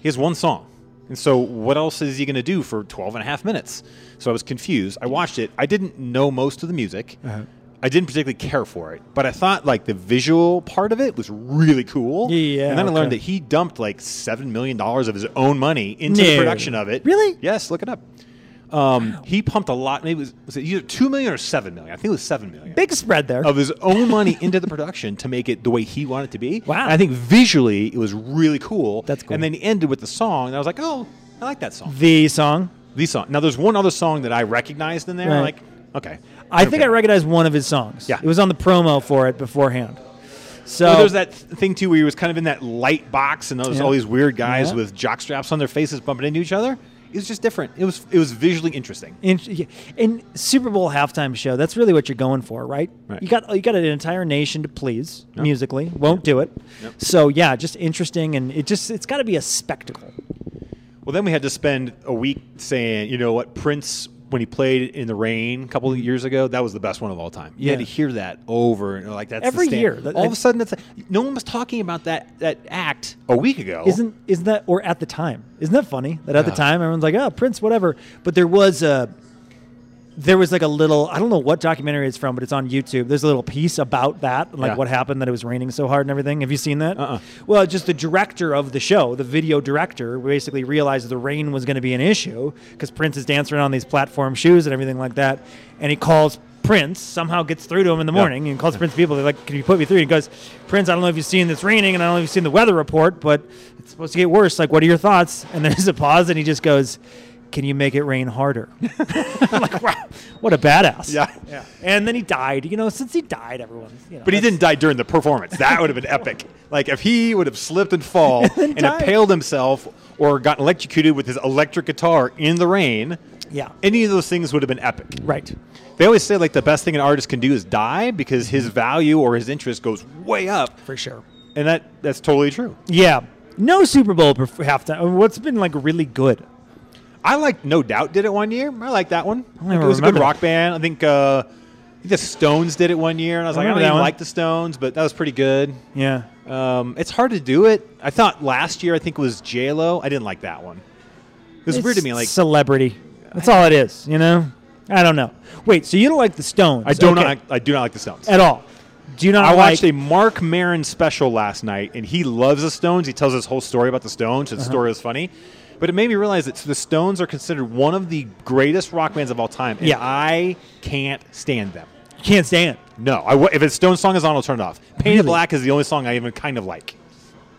He has one song. And so what else is he going to do for 12 and a half minutes? So I was confused. I watched it. I didn't know most of the music.
Uh-huh.
I didn't particularly care for it, but I thought like the visual part of it was really cool.
Yeah,
And then I
okay.
learned that he dumped like $7 million of his own money into
No.
the production of it.
Really?
Yes, look it up. Um, he pumped a lot. Maybe it was, was it either 2 million or 7 million. I think it was 7 million
Big spread there.
of his own money into the production to make it the way he wanted it to be.
Wow.
And I think visually it was really cool.
That's cool.
And then he ended with the song, and I was like, oh, I like that song.
the song.
The song. Now there's one other song that I recognized in there.
Right.
Like, okay.
I think I
recognized.
recognize one of his songs.
Yeah.
It was on the promo for it beforehand. So
oh, there's that th- thing too where he was kind of in that light box, and there was
Yeah.
all these weird guys
Yeah.
with jock straps on their faces bumping into each other. It was just different. It was it was visually interesting.
In, yeah. in Super Bowl halftime show, that's really what you're going for, right?
Right.
You got you got an entire nation to please musically. Won't do it.
Yep.
So yeah, just interesting, and it just it's got to be a spectacle.
Well, then we had to spend a week saying, you know what, Prince when he played in the rain a couple of years ago, that was the best one of all time. You had to
Mm-hmm. Yeah.
hear that over and like that's the
Every
standard.
year. That-
All of a sudden, that's no one was talking about that that act a week ago.
Isn't isn't that or at the time? Isn't that funny that at the
Yeah.
time everyone's like, oh, Prince, whatever. But there was a there was like a little I don't know what documentary it's from, but it's on YouTube. There's a little piece about that, like
Yeah.
what happened that it was raining so hard and everything. Have you seen that?
Uh-uh.
Well, just the director of the show, the video director, basically realized the rain was going to be an issue because Prince is dancing around on these platform shoes and everything like that, and he calls Prince somehow gets through to him in the
Yeah.
morning and calls Prince people. They're like, "Can you put me through?" He goes, "Prince, I don't know if you've seen it's raining, and I don't know if you've seen the weather report, but it's supposed to get worse. Like, what are your thoughts?" And there's a pause, and he just goes, "Can you make it rain harder?" I'm like, wow, what a badass.
Yeah.
yeah. And then he died. You know, since he died, everyone. You know,
But he
that's-
didn't die during the performance. That would have been epic. Like if he would have slipped and fall
then
and
died.
impaled himself or gotten electrocuted with his electric guitar in the rain,
Yeah.
any of those things would have been epic.
right.
They always say like the best thing an artist can do is die because his value or his interest goes way up,
For sure.
and that that's totally true.
Yeah. No Super Bowl perf- halftime. I mean, What's been like really good?
I like No Doubt did it one year. I like that one. I
don't
think
ever
it was a
remember
good
that.
rock band. I think uh, I think the Stones did it one year, and I was
I
like, I don't
remember that
even
one.
like the Stones, but that was pretty good.
Yeah.
Um, it's hard to do it. I thought last year I think it was J Lo. I didn't like that one. It was weird to me. Like
celebrity. That's all it is, you know? I don't know. Wait, so you don't like the Stones.
I do
Okay.
not. I do not like the Stones.
at all. Do you not
I
like
watched a Mark Maron special last night, and he loves the Stones. He tells his whole story about the Stones.
Uh-huh.
and The story was funny, but it made me realize that the Stones are considered one of the greatest rock bands of all time, and
Yeah.
I can't stand them.
you can't stand.
No, I w- if a Stone song is on, I'll turn it off. Painted
Really?
Black is the only song I even kind of like.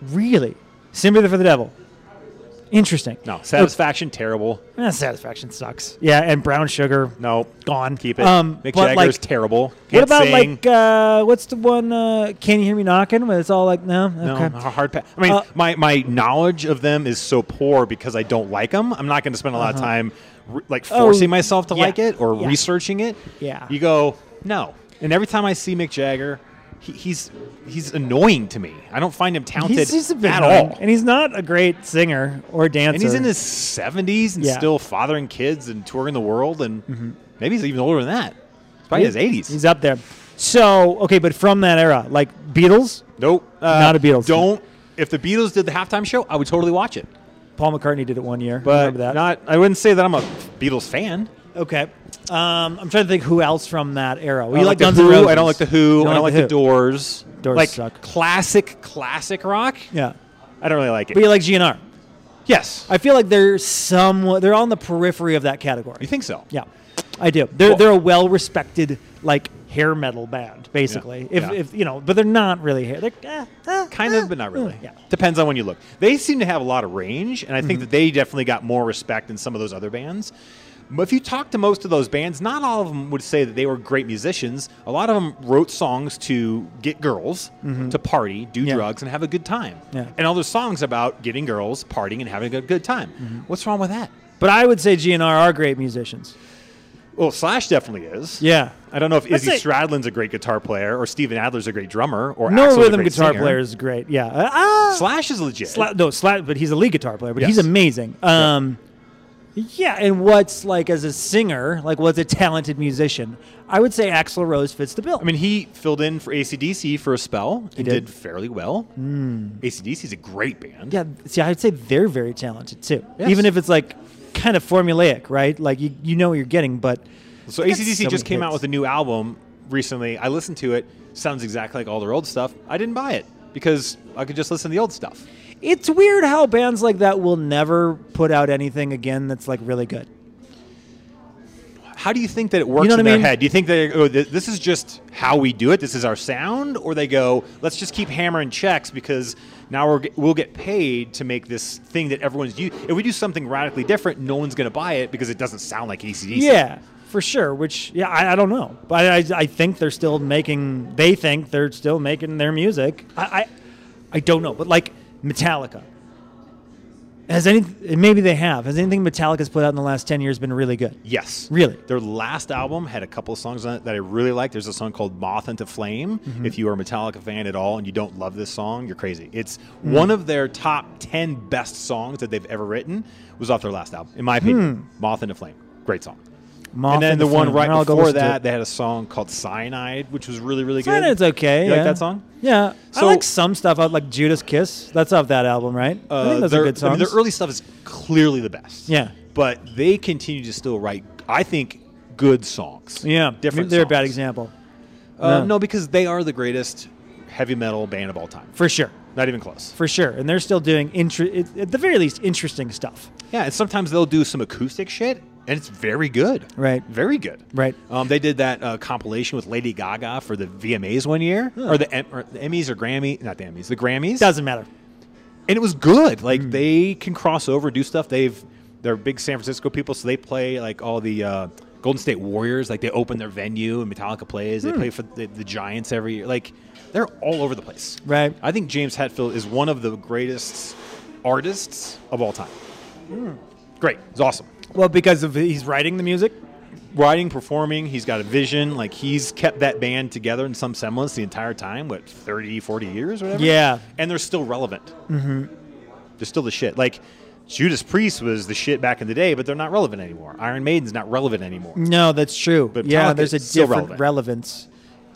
Really? Sympathy for the Devil. Interesting.
No, Satisfaction terrible.
Eh, satisfaction sucks. Yeah, and brown sugar.
No,
Gone.
keep it.
Um,
Mick
but,
Jagger's
like,
terrible.
What
Can't
about
sing.
like uh, what's the one uh, can you hear me knocking? When it's all like no,
No,
okay.
a hard pass. I mean,
Uh,
my, my knowledge of them is so poor because I don't like them. I'm not going to spend a lot of time re- like
Uh-huh. Oh,
forcing myself to
yeah,
like it or
yeah.
researching it.
Yeah.
You go no, and every time I see Mick Jagger, he, he's he's annoying to me. I don't find him talented
He's just a bit
at
annoying.
all.
and he's not a great singer or dancer.
And he's in his 70s and
Yeah. Mm-hmm.
still fathering kids and touring the world, and maybe he's even older than that. It's probably
He-
his 80s.
He's up there. So okay, but from that era, like Beatles,
nope, uh,
Not a Beatles.
Don't. If the Beatles did the halftime show, I would totally watch it.
Paul McCartney did it one year. I
but
remember that.
not. I wouldn't say that I'm a Beatles fan.
okay. Um, I'm trying to think who else from that era. Well,
I
you
like, the
like Guns
Who.
N' Roses.
I don't like the Who.
You
I don't like, the
Who.
Doors.
Doors
like
suck.
classic, classic rock.
Yeah,
I don't really like it.
but you like GNR.
yes,
I feel like they're somewhat they're on the periphery of that category.
you think so?
Yeah, I do. They're
Well-
they're a well respected like hair metal band basically. If
yeah.
if you know, but they're not really hair. They're eh, eh,
Kind
eh,
of, but not really.
Yeah. Mm-hmm.
Depends on when you look. They seem to have a lot of range, and I think that they definitely got more respect than some of those other bands. But if you talk to most of those bands, not all of them would say that they were great musicians. A lot of them wrote songs to get girls, to party, do
Mm-hmm. Yeah.
drugs, and have a good time.
Yeah.
And all their songs about getting girls, partying, and having a good time.
Mm-hmm.
What's wrong with that?
But I would say GNR are great musicians.
Well, Slash definitely is.
Yeah.
I don't know if
Let's
Izzy
say-
Stradlin's a great guitar player or Steven Adler's a great drummer or
No
Axel's a
rhythm
great
guitar
singer.
player is great. Yeah. Uh, ah,
Slash is legit.
Sla- no, Sla- but he's a lead guitar player, but he's
Yes.
amazing. Um, yeah. and what's like as a singer, like what's a talented musician? I would say Axl Rose fits the bill.
I mean, he filled in for ACDC for a spell. He did.
did. Hmm.
fairly well. ACDC is a great band.
yeah, see, I'd say they're very talented too.
Yes.
Even if it's like kind of formulaic, right? Like you, you know what you're getting, but
So
They got
ACDC
so
just
many
came out
hits.
with a new album recently. I listened to it. Sounds exactly like all their old stuff. I didn't buy it because I could just listen to the old stuff.
it's weird how bands like that will never put out anything again that's like really good.
How do you think that it works
know what
in
I
their
mean?
head? Do you think they oh, th- this is just how we do it? This is our sound, or they go, let's just keep hammering checks because now we're, g- we'll get paid to make this thing that everyone's used. If we do something radically different, no one's going to buy it because it doesn't sound like ACDC.
Yeah, for sure. Which yeah, I, I don't know, but I, I think they're still making. They think they're still making their music. I, I, I don't know, but like Metallica. Has any? Maybe they have. Has anything Metallica's put out in the last ten years been really good?
Yes.
Really?
Their last album had a couple of songs on it that I really like. There's a song called Moth into Flame.
Mm-hmm.
If you are a Metallica fan at all and you don't love this song, you're crazy. It's
Hmm.
one of their top 10 best songs that they've ever written was off their last album, in my opinion. Moth into Flame. Great song.
Hmm. Moth
and then
and
the, one
Flame.
right
I'll go
before
listen to
that,
it.
they had a song called Cyanide, which was really, really good.
Kinda it's okay.
You like
yeah.
that song?
Yeah,
So-
I like some stuff out like Judas Kiss. That's off that album, right? I think those
their,
are good
Uh, I mean,
songs.
their early stuff is clearly the best.
Yeah.
But they continue to still write, I think, good songs.
yeah,
Different
They're a bad
songs.
example
Uh,
No.
no, because they are the greatest heavy metal band of all time.
for sure,
Not even close.
for sure. And they're still doing intre- at the very least interesting stuff.
Yeah, and sometimes they'll do some acoustic shit, and it's very good.
Right.
Very good.
Right.
Um, they did that uh, compilation with Lady Gaga for the VMAs one year, or, the, em- or the Emmys or Grammy, not the Emmys, the Grammys.
Doesn't matter.
and it was good. Like they can cross over, do stuff. They've they're big San Francisco people, so they play like all the uh, Golden State Warriors. Like they open their venue and Metallica plays. They play for the, the Giants every year. Like they're all over the place.
Right.
I think James Hetfield is one of the greatest artists of all time. Great. It's awesome.
Well, because of he's writing the music.
Writing, performing, he's got a vision. Like he's kept that band together in some semblance the entire time, what 30, 40 years or whatever
Yeah.
and they're still relevant. Mm-hmm. They're still the shit. Like Judas Priest was the shit back in the day, but they're not relevant anymore. Iron Maiden's not relevant anymore.
No, that's true.
But
yeah,
Metallica
there's a
is still
different
relevant.
relevance.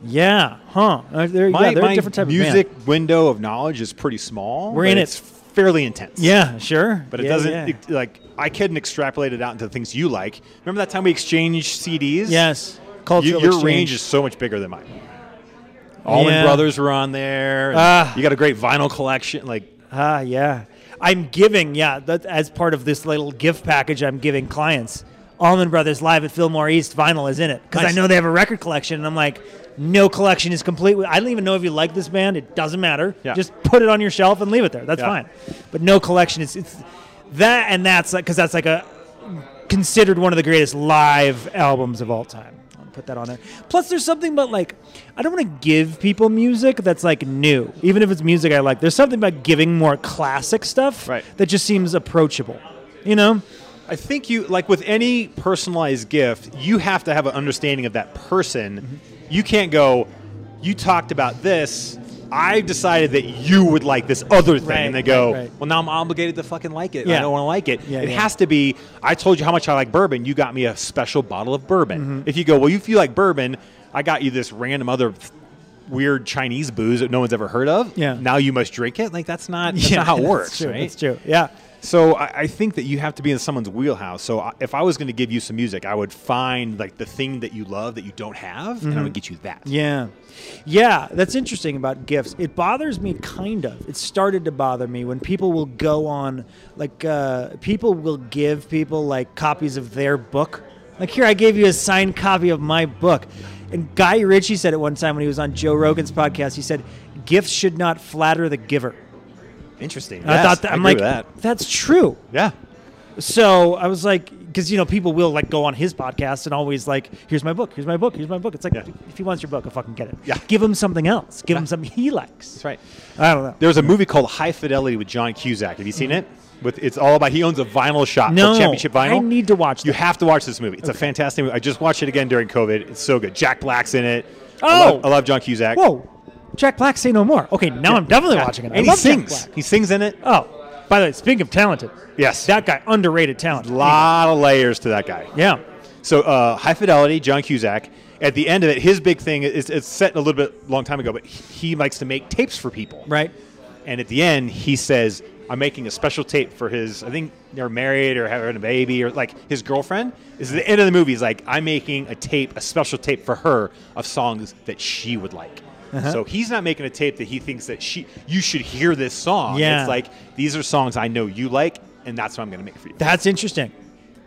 Yeah, huh? Uh, there,
My,
yeah, they're
my
a different type
music
of band.
window of knowledge is pretty small.
We're
but
in it.
it's fairly intense.
Yeah, sure.
But it
Yeah,
doesn't
yeah.
it- like I can extrapolate it out into things you like. Remember that time we exchanged CDs?
yes,
You-
cultural
your
exchange.
range is so much bigger than mine. Allman
Yeah.
Brothers were on there. and
Ah.
you got a great vinyl collection. Like
Ah, yeah. I'm giving, yeah, that, as part of this little gift package I'm giving clients. Allman Brothers Live at Fillmore East vinyl is in it because
Nice.
I know they have a record collection, and I'm like, no collection is complete. I don't even know if you like this band. It doesn't matter.
Yeah.
Just put it on your shelf and leave it there. That's
Yeah.
fine. But no collection is it's that, and that's like because that's like a considered one of the greatest live albums of all time. I'll put that on there. Plus, there's something about like I don't want to give people music that's like new, even if it's music I like. There's something about giving more classic stuff
Right.
that just seems approachable. You know?
I think you like with any personalized gift, you have to have an understanding of that person.
Mm-hmm.
You can't go, you talked about this. I've decided that you would like this other thing,
Right,
and they go,
right, right.
"Well, now I'm obligated to fucking like it. I
Yeah.
don't want to like it.
Yeah,
it
yeah.
has to be. I told you how much I like bourbon. You got me a special bottle of bourbon.
Mm-hmm.
If you go, well, if you like bourbon, I got you this random other weird Chinese booze that no one's ever heard of.
Yeah.
Now you must drink it. Like that's not that's not how it
that's
works,
true,
right?
That's true. Yeah.
So I, I think that you have to be in someone's wheelhouse. So I, if I was going to give you some music, I would find like the thing that you love that you don't have, and I would get you that.
Mm-hmm. Yeah. Yeah, that's interesting about gifts. It bothers me kind of. It started to bother me when people will go on like uh people will give people like copies of their book. Like here I gave you a signed copy of my book. And Guy Ritchie said it one time when he was on Joe Rogan's podcast. He said gifts should not flatter the giver.
Interesting.
And I
Yes,
thought that, I'm
agree
like
with that.
that's true.
Yeah.
So I was like, because you know, people will like go on his podcast and always like, "Here's my book. Here's my book. Here's my book." It's like,
Yeah.
if he wants your book, I'll fucking get it.
Yeah.
Give him something else. Give
Yeah.
him something he likes.
That's right.
I don't know.
There was a movie called High Fidelity with John Cusack. Have you seen it? With it's all about he owns a vinyl shop
Mm-hmm. No,
called Championship Vinyl.
I need to watch.
You
that.
have to watch this movie. It's a fantastic movie. I just watched it again during COVID. It's so good. Jack Black's in it. I
Oh!
love, I love John Cusack.
Whoa, Jack Black, say no more. Okay, now I'm definitely
Yeah.
watching it. I
And he
love Jack
sings.
Black.
He sings in it.
Oh, by the way, speaking of talented,
Yes.
that guy underrated talent.
A lot of layers to that guy.
Yeah.
So uh, high fidelity, John Cusack. At the end of it, his big thing is it's set a little bit long time ago, but he he likes to make tapes for people.
Right.
And at the end, he says, "I'm making a special tape for his. I think they're married or having a baby or like his girlfriend." This is the end of the movie. He's like, "I'm making a tape, a special tape for her of songs that she would like."
Uh-huh.
So he's not making a tape that he thinks that she you should hear this song.
Yeah.
It's like these are songs I know you like, and that's what I'm going to make for you.
That's interesting.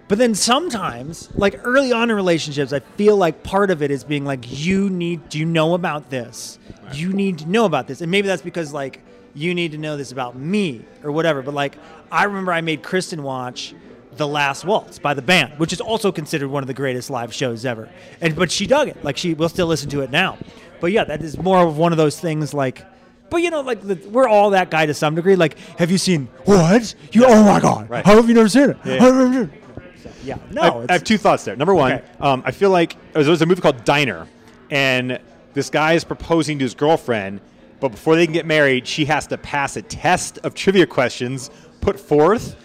But then sometimes, like early on in relationships, I feel like part of it is being like, you need, do you know about this? You need to know about this. And maybe that's because, like, you need to know this about me or whatever. But, like, I remember I made Kristen watch The Last Waltz by the band, which is also considered one of the greatest live shows ever. And, but she dug it. Like, she will still listen to it now. But yeah, that is more of one of those things, like, but you know, like the, we're all that guy to some degree. Like, have you seen what? You oh my god!
Right.
How have you never seen it?
Yeah.
How have you never seen it? So, yeah. No.
I- I,
it's,
have two thoughts there. Number one,
Okay.
um, I feel like uh, there was a movie called Diner, and this guy is proposing to his girlfriend, but before they can get married, she has to pass a test of trivia questions put forth.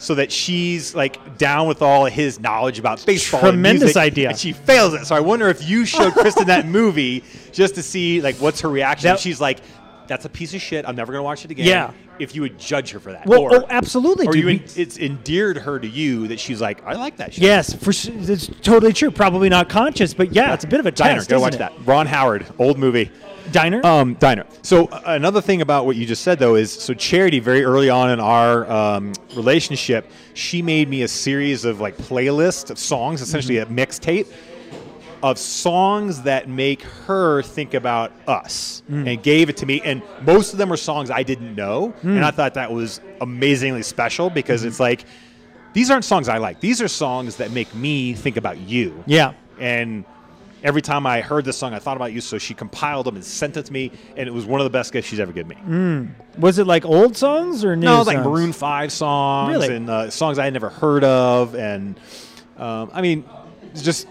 So that she's like down with all his knowledge about baseball. and
Tremendous
music,
idea.
And she fails it. So I wonder if you showed Kristen that movie just to see like what's her reaction.
That-
If she's like, "That's a piece of shit. I'm never gonna watch it again."
Yeah.
If you would judge her for that,
Well,
or,
oh, absolutely,
Or
dude.
you, en-
We-
it's endeared her to you that she's like, "I like that shit."
yes, for s- it's totally true. Probably not conscious, but yeah, it's a bit of a
Diner.
test.
Go
isn't
watch
it?
that. Ron Howard, old movie.
Diner?
Um, diner. So uh, another thing about what you just said though is so charity very early on in our um, relationship, she made me a series of like playlists of songs, essentially
Mm-hmm.
a mixtape of songs that make her think about us
Mm.
and gave it to me and most of them were songs I didn't know
Mm.
and I thought that was amazingly special because
Mm-hmm.
it's like these aren't songs I like. These are songs that make me think about you
yeah.
and every time I heard this song, I thought about you. So she compiled them and sent it to me, and it was one of the best gifts she's ever given me.
Was it like old songs or new
No, it was like
songs?
Maroon Five songs
Really?
and uh, songs I had never heard of, and um, I mean, it's just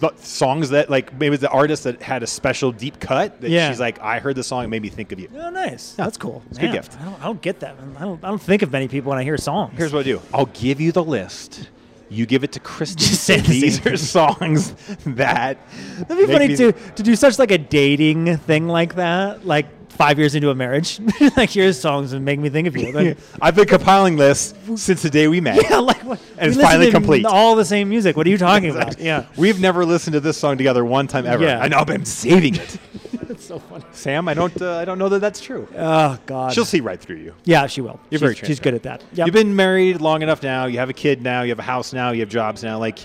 th- songs that like maybe the artist that had a special deep cut that
Yeah.
she's like, I heard this song, it made me think of you.
Oh, nice. That's cool.
a good
Man,
gift.
I don't, I don't get that. I don't, I don't think of many people when I hear songs.
Here's what I do: I'll give you the list. You give it to Kristen.
Just say the
These
same
are songs that.
That'd be
make
funny
me-
to to do such like a dating thing like that, like five years into a marriage. like here's songs that make me think of you. Like,
I've been compiling lists since the day we met.
yeah, like what?
And it's
we listen
finally
to
complete.
All the same music. What are you talking about?
Exactly.
Yeah,
We've never listened to this song together one time ever.
Yeah.
I know, but I'm saving it.
that's so funny.
Sam, I don't, uh, I don't know that that's true.
Oh God.
She'll see right through you.
yeah, she will.
You're
she's,
very
she's good at that. Yeah.
You've been married long enough now. You have a kid now. You have a house now. You have jobs now. Like,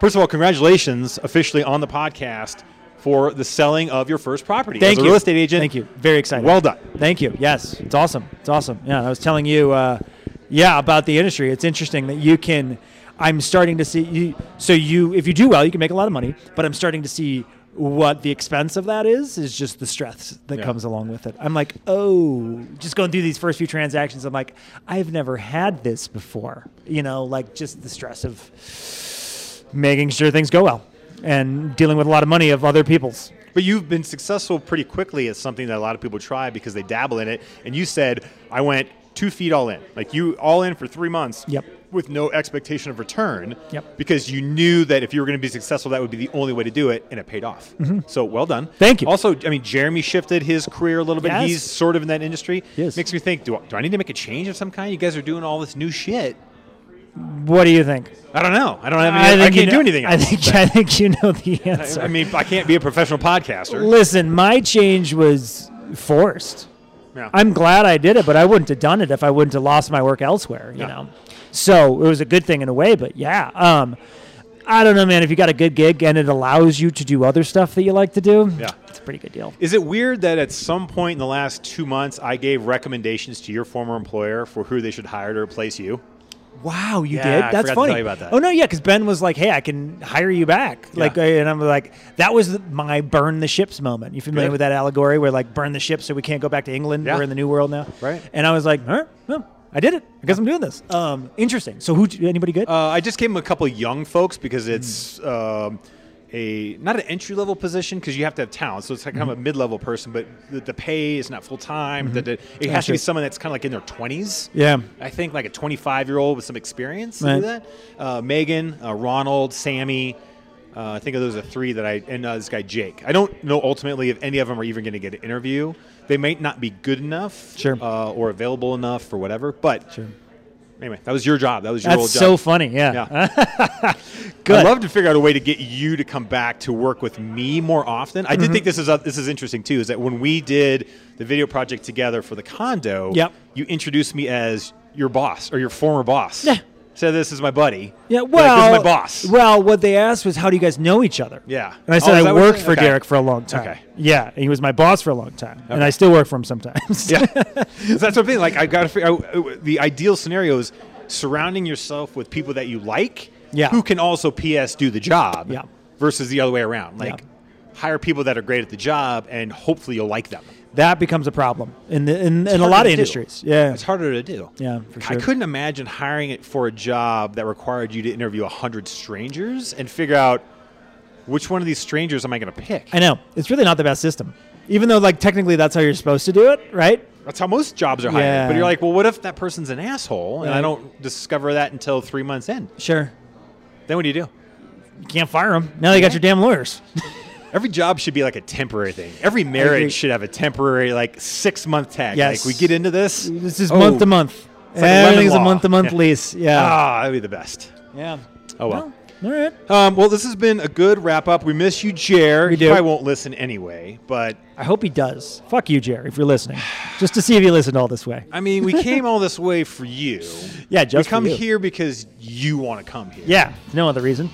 first of all, congratulations officially on the podcast for the selling of your first property
Thank
as a
you.
real estate agent.
Thank you. Very excited.
Well done.
Thank you. Yes, it's awesome. It's awesome. Yeah, I was telling you, uh, yeah, about the industry. It's interesting that you can. I'm starting to see you. So you, if you do well, you can make a lot of money. But I'm starting to see what the expense of that is. Is just the stress that
Yeah.
comes along with it. I'm like, oh, just going through these first few transactions. I'm like, I've never had this before. You know, like just the stress of making sure things go well and dealing with a lot of money of other people's.
But you've been successful pretty quickly at something that a lot of people try because they dabble in it. And you said, I went two feet all in. Like you all in for three months
Yep.
with no expectation of return
Yep.
because you knew that if you were going to be successful, that would be the only way to do it. And it paid off. So well done.
Mm-hmm. Thank you.
Also, I mean, Jeremy shifted his career a little bit.
Yes.
He's sort of in that industry.
Yes.
Makes me think, do I, do I need to make a change of some kind? You guys are doing all this new shit.
What do you think?
I don't know. I don't have any, I,
think
can't
you know-
do anything else.
I think I think you know the answer.
I mean, I can't be a professional podcaster.
listen, my change was forced.
Yeah.
I'm glad I did it, but I wouldn't have done it if I wouldn't have lost my work elsewhere. You
Yeah.
know, so it was a good thing in a way. But yeah, um, I don't know, man. If you got a good gig and it allows you to do other stuff that you like to do,
Yeah.
it's a pretty good deal.
Is it weird that at some point in the last two months, I gave recommendations to your former employer for who they should hire to replace you?
Wow, you
Yeah, I
did. That's
forgot to
funny.
tell you about that.
Oh no, yeah, because Ben was like, "Hey, I can hire you back." Like,
Yeah.
I- and I'm like, that was my burn the ships moment. You familiar
Good.
with that allegory where like burn the ships so we can't go back to England?
Yeah.
We're in the new world now,
Right.
And I was like, "All right, well, I did it. I guess I'm doing this." Um, interesting. So who? Anybody good?
Uh, I just gave them a couple young folks because it's um, a not an entry level position because you have to have talent, so it's like kind of a mid level person, but the, the pay is not full time. The- the- It has to
sure.
be someone that's kind of like in their twenties.
yeah.
I think like a 25 year old with some experience to
Right.
do that. Uh, Megan, uh, Ronald, Sammy. Uh, I think those are three that I and uh, this guy Jake. I don't know ultimately if any of them are even going to get an interview. They might not be good enough,
Sure.
uh, or available enough or whatever. But
Sure.
anyway, that was your job. That was your
That's
old job.
so funny. Yeah.
Yeah.
Good.
I'd love to figure out a way to get you to come back to work with me more often. I did
Mm-hmm.
think this is uh, this is interesting too. Is that when we did the video project together for the condo?
Yep.
You introduced me as your boss or your former boss.
Yeah.
Said this is my buddy.
Yeah,
You're like,
well,
this is my boss.
Well, what they asked was, "How do you guys know each other?"
Yeah.
and I said
Oh, is
I
that what
worked
you-
for
okay.
Derek for a long time.
Okay.
Yeah, and he was my boss for a long time, and I still work for him sometimes.
yeah. So that's what I'm saying. Like I got to figure out uh, the ideal scenario is surrounding yourself with people that you like.
Yeah.
Who can also PS do the job.
Yeah.
Versus the other way around. Like hire people that are great at the job and hopefully you'll like them.
that becomes a problem in the, in, in a
harder
lot
to
of
do.
industries. Yeah,
It's harder to do.
Yeah, for
I
sure.
couldn't imagine hiring it for a job that required you to interview 100 strangers and figure out which one of these strangers am I going to pick.
I know it's really not the best system, even though like technically that's how you're supposed to do it, right?
That's how most jobs are hired.
Yeah.
But you're like, well, what if that person's an asshole and I
Right.
don't discover that until three months in?
Sure,
Then what do you do?
you can't fire them now. They got your damn lawyers.
Every job should be like a temporary thing. Every marriage should have a temporary, like six month tag.
Yes.
Like we get into this.
This is
Oh, ah,
month to month.
like a lemon
Everything's a
law.
month to month
Yeah.
lease. Yeah,
Ah, that'd be the best.
yeah.
Oh well.
All right.
Um, well, this has been a good wrap up. We miss you, Jer.
We
He
do.
probably won't listen anyway, but
I hope he does. Fuck you, Jerry, if you're listening. Just to see if you listened all this way.
I mean, we came all this way for you.
Yeah, just
we
for
come
you.
here because you want to come here.
Yeah, no other reason.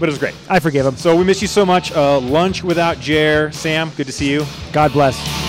but it was great.
I forgive him.
So we miss you so much. Uh, lunch without Jer, Sam. Good to see you.
God bless.